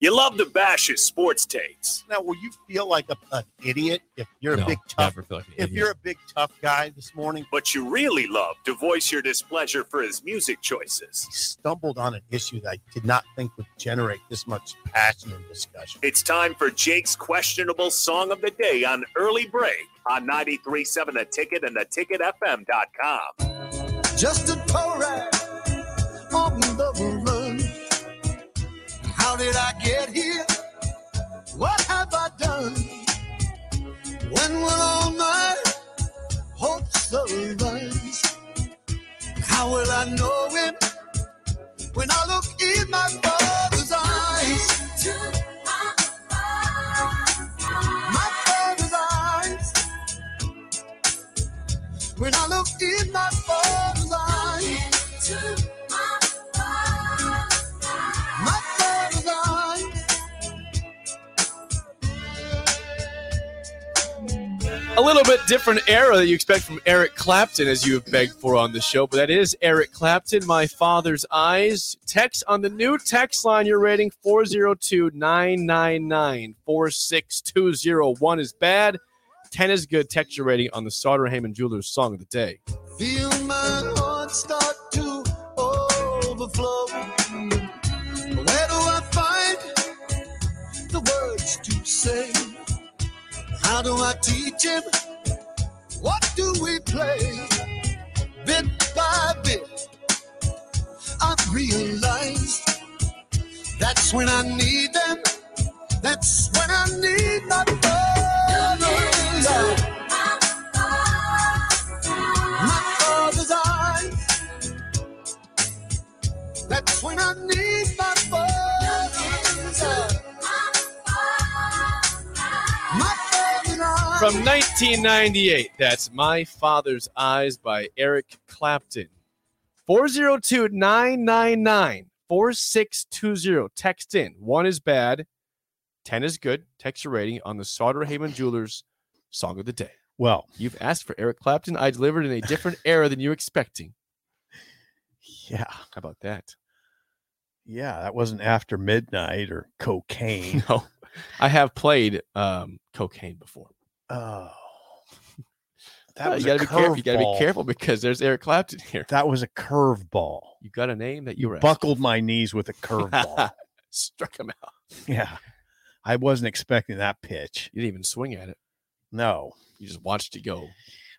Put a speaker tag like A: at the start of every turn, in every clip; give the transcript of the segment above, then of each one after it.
A: You love to bash his sports takes.
B: Now, will you feel like a, an idiot if you're
C: No,
B: a big tough?
C: never feel like an
B: If
C: idiot.
B: you're a big tough guy this morning,
A: But you really love to voice your displeasure for his music choices.
B: I stumbled on an issue that I did not think would generate this much passion and discussion.
A: It's time for Jake's questionable song of the day on early break on 937 The Ticket and theticketfm.com.
D: Just a tow ride on the run. How did I get here? What have I done? When will all my hopes arise? How will I know him when I look in my father's eyes? My father's eyes. When I look in my father's eyes, my father's eyes.
C: a little bit different era that you expect from Eric Clapton, as you have begged for on the show. But that is Eric Clapton, My Father's Eyes. Text on the new text line you're rating 402 999 46201 is bad. 10 is good. Text your rating on the Sauter Heyman Jewelers Song of the Day.
D: Feel my heart start to overflow. Where do I find the words to say? How do I teach him? What do we play? Bit by bit, I've realized that's when I need them. That's when I need my father's eyes. My father's eyes. That's when I need my father's eyes. My father's eyes.
C: From 1998, that's My Father's Eyes by Eric Clapton. 402 999 4620. Text in. One is bad, 10 is good. Text your rating on the Sauter Heyman Jewelers Song of the Day.
B: Well,
C: You've asked for Eric Clapton. I delivered in a different era than you were expecting.
B: yeah,
C: How about that?
B: yeah, that wasn't after midnight or cocaine.
C: No, I have played um, cocaine before.
B: oh, that
C: Well,
B: was
C: you
B: a
C: gotta be careful. You gotta
B: curveball.
C: be careful because there's Eric Clapton here.
B: That was a curveball.
C: You got a name that you were after.
B: Buckled my knees with a curveball.
C: struck him out.
B: yeah, I wasn't expecting that pitch.
C: You didn't even swing at it.
B: No,
C: You just watched it go.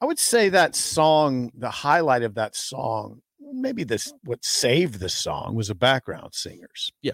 B: I would say that song, the highlight of that song, maybe this what saved the song was the background singers.
C: Yeah,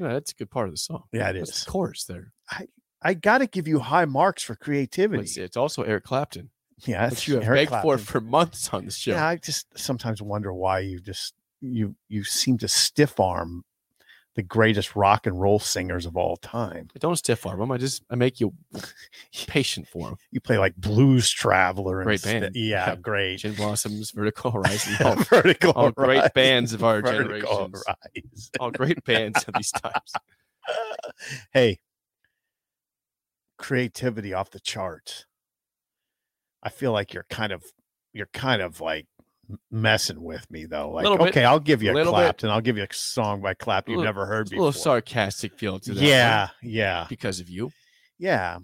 C: that's a good part of the song.
B: Yeah, it
C: That's
B: is.
C: the chorus there.
B: I got to give you high marks for
C: But
B: creativity.
C: It's, it's also Eric Clapton,
B: Yeah, that's
C: which you have
B: Eric
C: begged for
B: Clapton.
C: for months on the show.
B: Yeah, I just sometimes wonder why you just you you seem to stiff arm the greatest rock and roll singers of all time.
C: Don't stiff arm him. I just I make you patient for him.
B: You play like Blues Traveler and
C: Great
B: st-
C: band.
B: yeah,
C: Yeah.
B: great.
C: Gin Blossoms, Vertical Horizon, all,
B: Vertical
C: all great
B: Rise,
C: bands of our
B: Vertical
C: generation,
B: Rise.
C: all great bands of these times.
B: hey, creativity off the charts. I feel like you're kind of you're kind of like m- messing with me though. Like,
C: Little bit,
B: okay, I'll give you a
C: little bit.
B: Clapton. I'll give you a song by Clapton you've
C: Little-
B: never heard
C: It's a little
B: before.
C: sarcastic feel to that. one
B: yeah, yeah,
C: because of you.
B: yeah.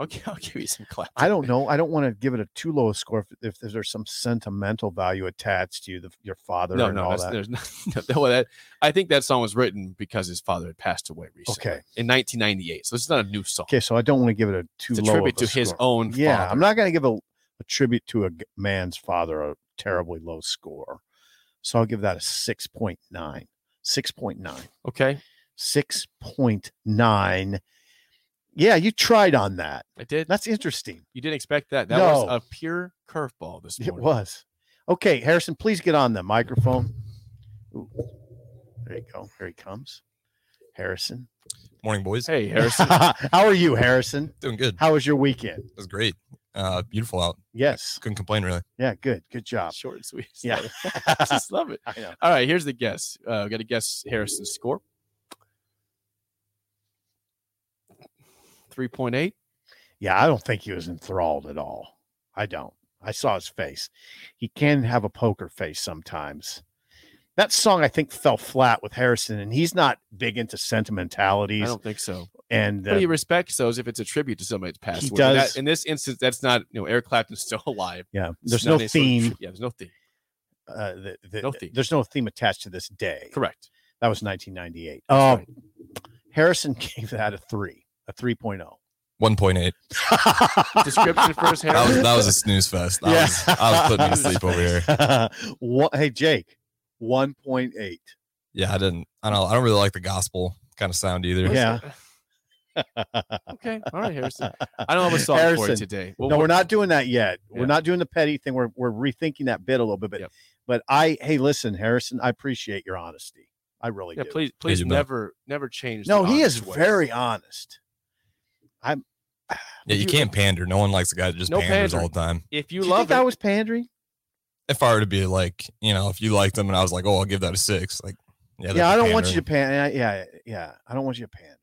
C: Okay, I'll give you some clap.
B: I don't know. I don't want to give it a too low a score if, if there's some sentimental value attached to you, the, your father
C: No,
B: and
C: no,
B: all
C: that's,
B: that.
C: there's not, no, well, that. I think that song was written because his father had passed away recently
B: Okay.
C: in 1998. So it's not a new song.
B: Okay, so I don't want to give it a too
C: it's a
B: low
C: tribute
B: of a
C: to his
B: score.
C: own.
B: Yeah,
C: father.
B: I'm not going to give a, a tribute to a g- man's father a terribly low score. So I'll give that a 6.9. 6.9.
C: Okay,
B: 6.9. Yeah, you tried on that.
C: I did.
B: That's interesting.
C: You didn't expect that. That
B: No.
C: was a pure curveball this
B: It
C: morning.
B: was. Okay, Harrison, please get on the microphone. Ooh, There you go. Here he comes. Harrison.
E: Morning, boys.
C: Hey, Harrison.
B: How are you, Harrison?
E: Doing good.
B: How was your weekend?
E: It was great. Uh, beautiful out.
B: Yes.
E: Couldn't complain really.
B: Yeah, good. Good job.
C: Short and sweet.
B: Yeah.
C: I just love it.
B: I know.
C: All right, here's the guess. Uh, we got to guess Harrison's score. 3.8.
B: Yeah, I don't think he was enthralled at all. I don't. I saw his face. He can have a poker face sometimes.
E: that song I think fell flat with Harrison, and he's not big into
C: I
E: sentimentalities.
C: don't think so.
E: And
C: But
E: uh,
C: he respects those if it's a tribute to somebody's past.
E: He
C: work. And
E: does.
C: that- in this instance, that's not you know Eric Clapton's still alive.
E: yeah,
C: It's
E: there's
C: not
E: no
C: any sort of
E: theme.
C: tri- yeah, there's no theme.
E: uh, the, the,
C: No theme.
E: There's no theme attached to this day.
C: Correct.
E: That was 1998.
C: That's
E: Um, Harrison gave that a three, oh. a 3.0.
F: 1.8.
C: Description for his
F: That was
C: Harrison.
F: that was a snooze fest. I,
E: Yeah.
F: was, I was putting me to sleep over here.
E: One- hey, Jake, 1.8.
F: Yeah, I didn't. I don't. I don't really like the gospel kind of sound either.
E: Yeah.
C: Okay. All right, Harrison. I don't have a song for
E: Harrison.
C: you today. Well,
E: no, we're
C: what-
E: not doing that yet.
C: Yeah.
E: We're not doing the petty thing. We're we're rethinking that bit a little bit. But
C: Yep.
E: but I hey, listen, Harrison, I appreciate your honesty. I really
C: Yeah,
E: do.
C: please, please
F: you know.
C: never, never change.
E: no,
C: the
E: he
C: honest
E: is
C: way.
E: very honest.
F: Yeah, you
C: You-
F: can't pander. No one likes a guy that just
C: No
F: panders all
C: pandering.
F: the time.
C: If you
E: You,
C: love
E: think
C: it,
E: I was pandering?
F: If I were to be like, you know, if you liked them and I was like, oh, I'll give that a six. Like, yeah,
E: Yeah, I don't want you to pander. Yeah, yeah, I don't want you to pander.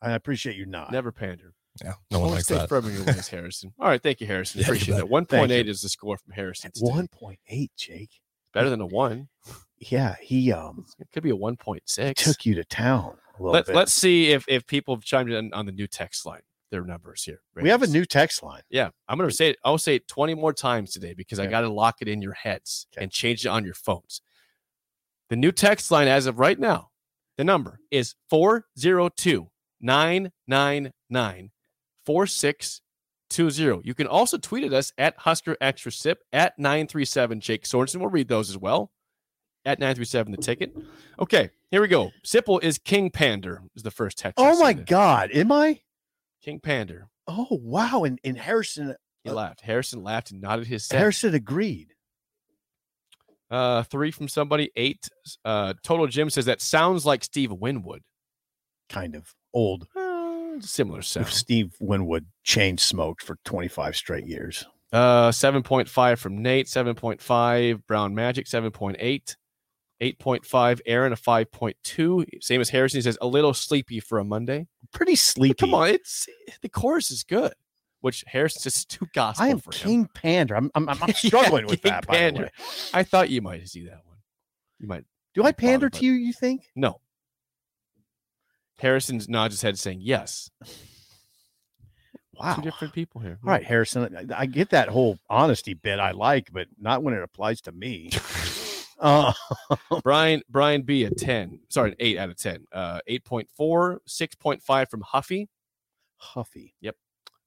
E: I appreciate you not.
C: never pander.
F: to. Yeah, no one
C: Only
F: likes
C: stay
F: that.
C: firm in your ways, Harrison. All right, thank you, Harrison.
F: Yeah, you
C: Appreciate
F: bet.
C: that. One point eight is the score from Harrison.
E: At
C: today.
E: 1.8, Jake.
C: better than a one.
E: Yeah, he um
C: It could be a one point six.
E: took you to town a little
C: Let,
E: bit.
C: let's see if if people have chimed in on the new text line. Their numbers here.
E: we have a
C: ratings.
E: new text line.
C: Yeah, I'm gonna say it. I'll say it 20 more times today because I
E: Okay.
C: got to lock it in your heads
E: Okay.
C: and change it on your phones. The new text line as of right now, the number is 402 999 4620. You can also tweet at us at Husker Extra Sip at 937 Jake Sorensen. We'll read those as well at 937 The Ticket. Okay, here we go. Sipple is King Pander, is the first text. I
E: Oh my
C: sent in.
E: God, am I?
C: King Pander.
E: Oh wow, and, and Harrison
C: He
E: Uh,
C: laughed. Harrison laughed and nodded his head.
E: Harrison agreed.
C: Uh, three from somebody. Eight. Uh, total. Jim says that sounds like Steve Winwood.
E: kind of old.
C: Uh, similar
E: if
C: sound.
E: Steve Winwood chain smoked for 25 straight years.
C: Uh, seven point five from Nate. Seven point five. Brown Magic. Seven point eight. Eight point five. Aaron. A five point two. Same as Harrison. He says a little sleepy for a Monday.
E: Pretty sleepy.
C: But come on, it's the chorus is good. Which Harrison says is too gospel
E: I am
C: for him.
E: King Pander. I'm I'm, I'm I'm
C: Yeah,
E: struggling with
C: King
E: that. By the
C: Pander.
E: way.
C: I thought you might see that one. You might
E: Do I pander
C: Bottom,
E: to you? You think?
C: no. Harrison nods his head, saying yes.
E: Wow.
C: Two different people here.
E: All right, Harrison. I, I get that whole honesty bit. I like, but not when it applies to me. Uh,
C: Brian Brian B a 10. Sorry, an 8 out of 10. Uh 8.4, 6.5 from Huffy,
E: Huffy.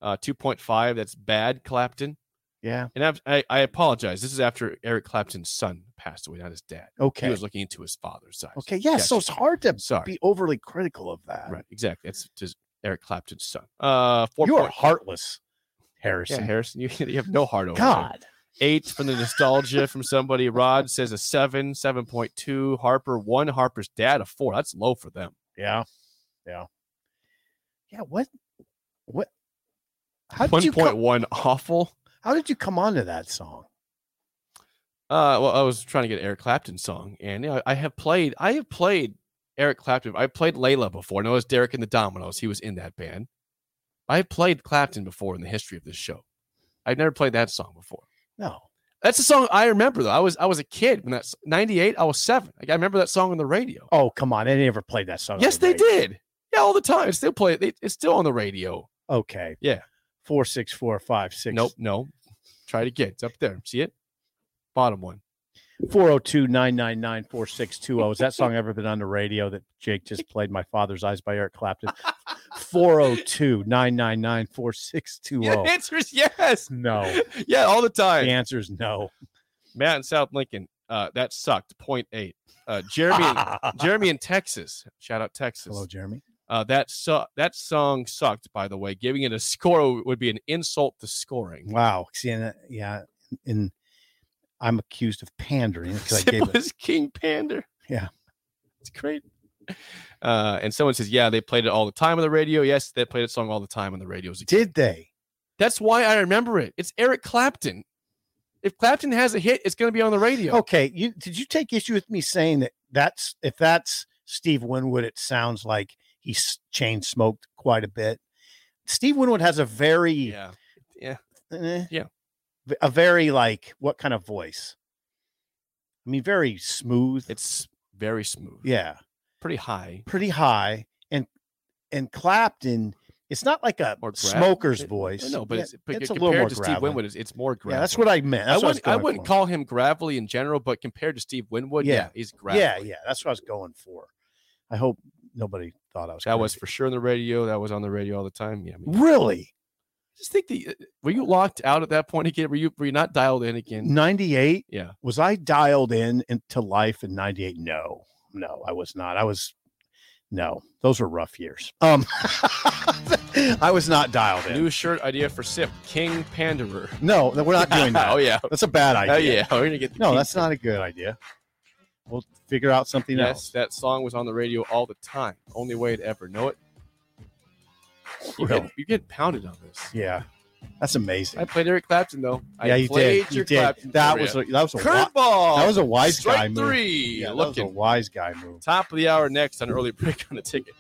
C: uh 2.5 that's bad Clapton.
E: Yeah.
C: And I've, I I apologize. This is after Eric Clapton's son passed away, not his dad. He
E: Okay.
C: was looking into his father's side.
E: Okay. Yeah. So it's hard to
C: Sorry.
E: be overly critical of that.
C: Right, exactly. That's just Eric Clapton's son. Uh 4.
E: You are
C: point-
E: heartless,
C: yeah,
E: Harrison.
C: Harrison, you, you have no heart over there.
E: God.
C: eight from the nostalgia from somebody. Rod says a seven, seven point two. Harper one. Harper's dad a four. That's low for them.
E: Yeah. Yeah. Yeah. What? What? How did
C: One
E: you co-
C: point one awful.
E: How did you come onto that song?
C: Uh, well, I was trying to get an Eric Clapton song, and you know, I have played, I have played Eric Clapton. I played Layla before. and it was Derek and the Dominoes. He was in that band. I have played Clapton before in the history of this show. I've never played that song before.
E: No.
C: That's a song I remember though. I was I was a kid when that's ninety eight. I was seven. Like, I remember that song on the radio.
E: Oh, come on. They never played that song. on
C: yes,
E: the
C: they
E: radio.
C: did. Yeah, all the time. It's still play. It, it's still on the radio.
E: Okay.
C: Yeah.
E: Four, six, four, five, six.
C: Nope, no. Try it again. It's up there. See it? Bottom one.
E: Four zero two nine nine nine four six two zero. Has that song ever been on the radio that Jake just played? My Father's Eyes by Eric Clapton. Four zero two nine nine nine four six two
C: Yeah,
E: zero.
C: the answer is yes.
E: No.
C: Yeah, all the
E: The
C: time.
E: answer is no.
C: Matt in South Lincoln. Uh, that sucked. Point eight. Uh, Jeremy, in- Jeremy in Texas. Shout out
E: Hello,
C: Texas.
E: Jeremy.
C: Uh, that su- that song sucked. By the way, giving it a score would be an insult to scoring.
E: Wow. See, and, uh, yeah, and I'm accused of pandering because I gave
C: Simple
E: it.
C: as King Pander.
E: Yeah.
C: it's great. Uh, and someone says, "Yeah, they played it all the time on the radio." Yes, they played a song all the time on the radio. as a kid.
E: Did they?
C: That's why I remember it. It's Eric Clapton. If Clapton has a hit, it's going to be on the radio.
E: Okay. You did you take issue with me saying that that's if that's Steve Winwood, it sounds like he's chain smoked quite a bit. Steve Winwood has a very
C: Yeah.
E: eh,
C: yeah.
E: v- a very like what kind of voice? I mean, very smooth.
C: It's very smooth.
E: yeah,
C: Pretty high.
E: pretty high. And and Clapton, it's not like a
C: Or gra-
E: smoker's
C: it-
E: voice.
C: No, but
E: Yeah,
C: it's, but
E: it's a little
C: compared
E: more
C: to Steve
E: gravelly.
C: Winwood, it's, it's more gravelly.
E: yeah, that's what I meant.
C: I
E: That's what
C: wouldn't,
E: I,
C: I
E: was going
C: wouldn't
E: for.
C: call him gravelly in general, but compared to Steve Winwood, yeah,
E: Yeah.
C: he's gravelly.
E: Yeah, yeah, that's what I was going for. I hope nobody thought I was.
C: That was
E: crazy.
C: for sure on the radio. That was on the radio all the time. Yeah, I mean,
E: really
C: I just think the uh, were you locked out at that point again? Were you were you not dialed in again?
E: ninety eight.
C: Yeah,
E: was I dialed in into life in 98? No, no, I was not. I was, no, those were rough years. Um, I was not dialed in.
C: new shirt idea for Sip King Panderer.
E: No, we're not doing that.
C: oh yeah,
E: That's a bad
C: oh
E: idea.
C: yeah. We're gonna get the
E: No,
C: King-
E: that's not a good idea. We'll figure out something
C: yes.
E: else.
C: That song was on the radio all the time. Only way to ever know it. You,
E: Really?
C: get, you get pounded on this.
E: Yeah, that's amazing.
C: I played Eric Clapton though. I
E: yeah, you
C: played
E: did. You
C: your
E: did.
C: Clapton
E: That
C: for
E: was
C: ya.
E: a, that was a wi-
C: curveball.
E: that was a wise guy
C: strike
E: move.
C: three.
E: Yeah, that was a
C: Looking
E: wise guy move.
C: top of the hour next on early break on the ticket.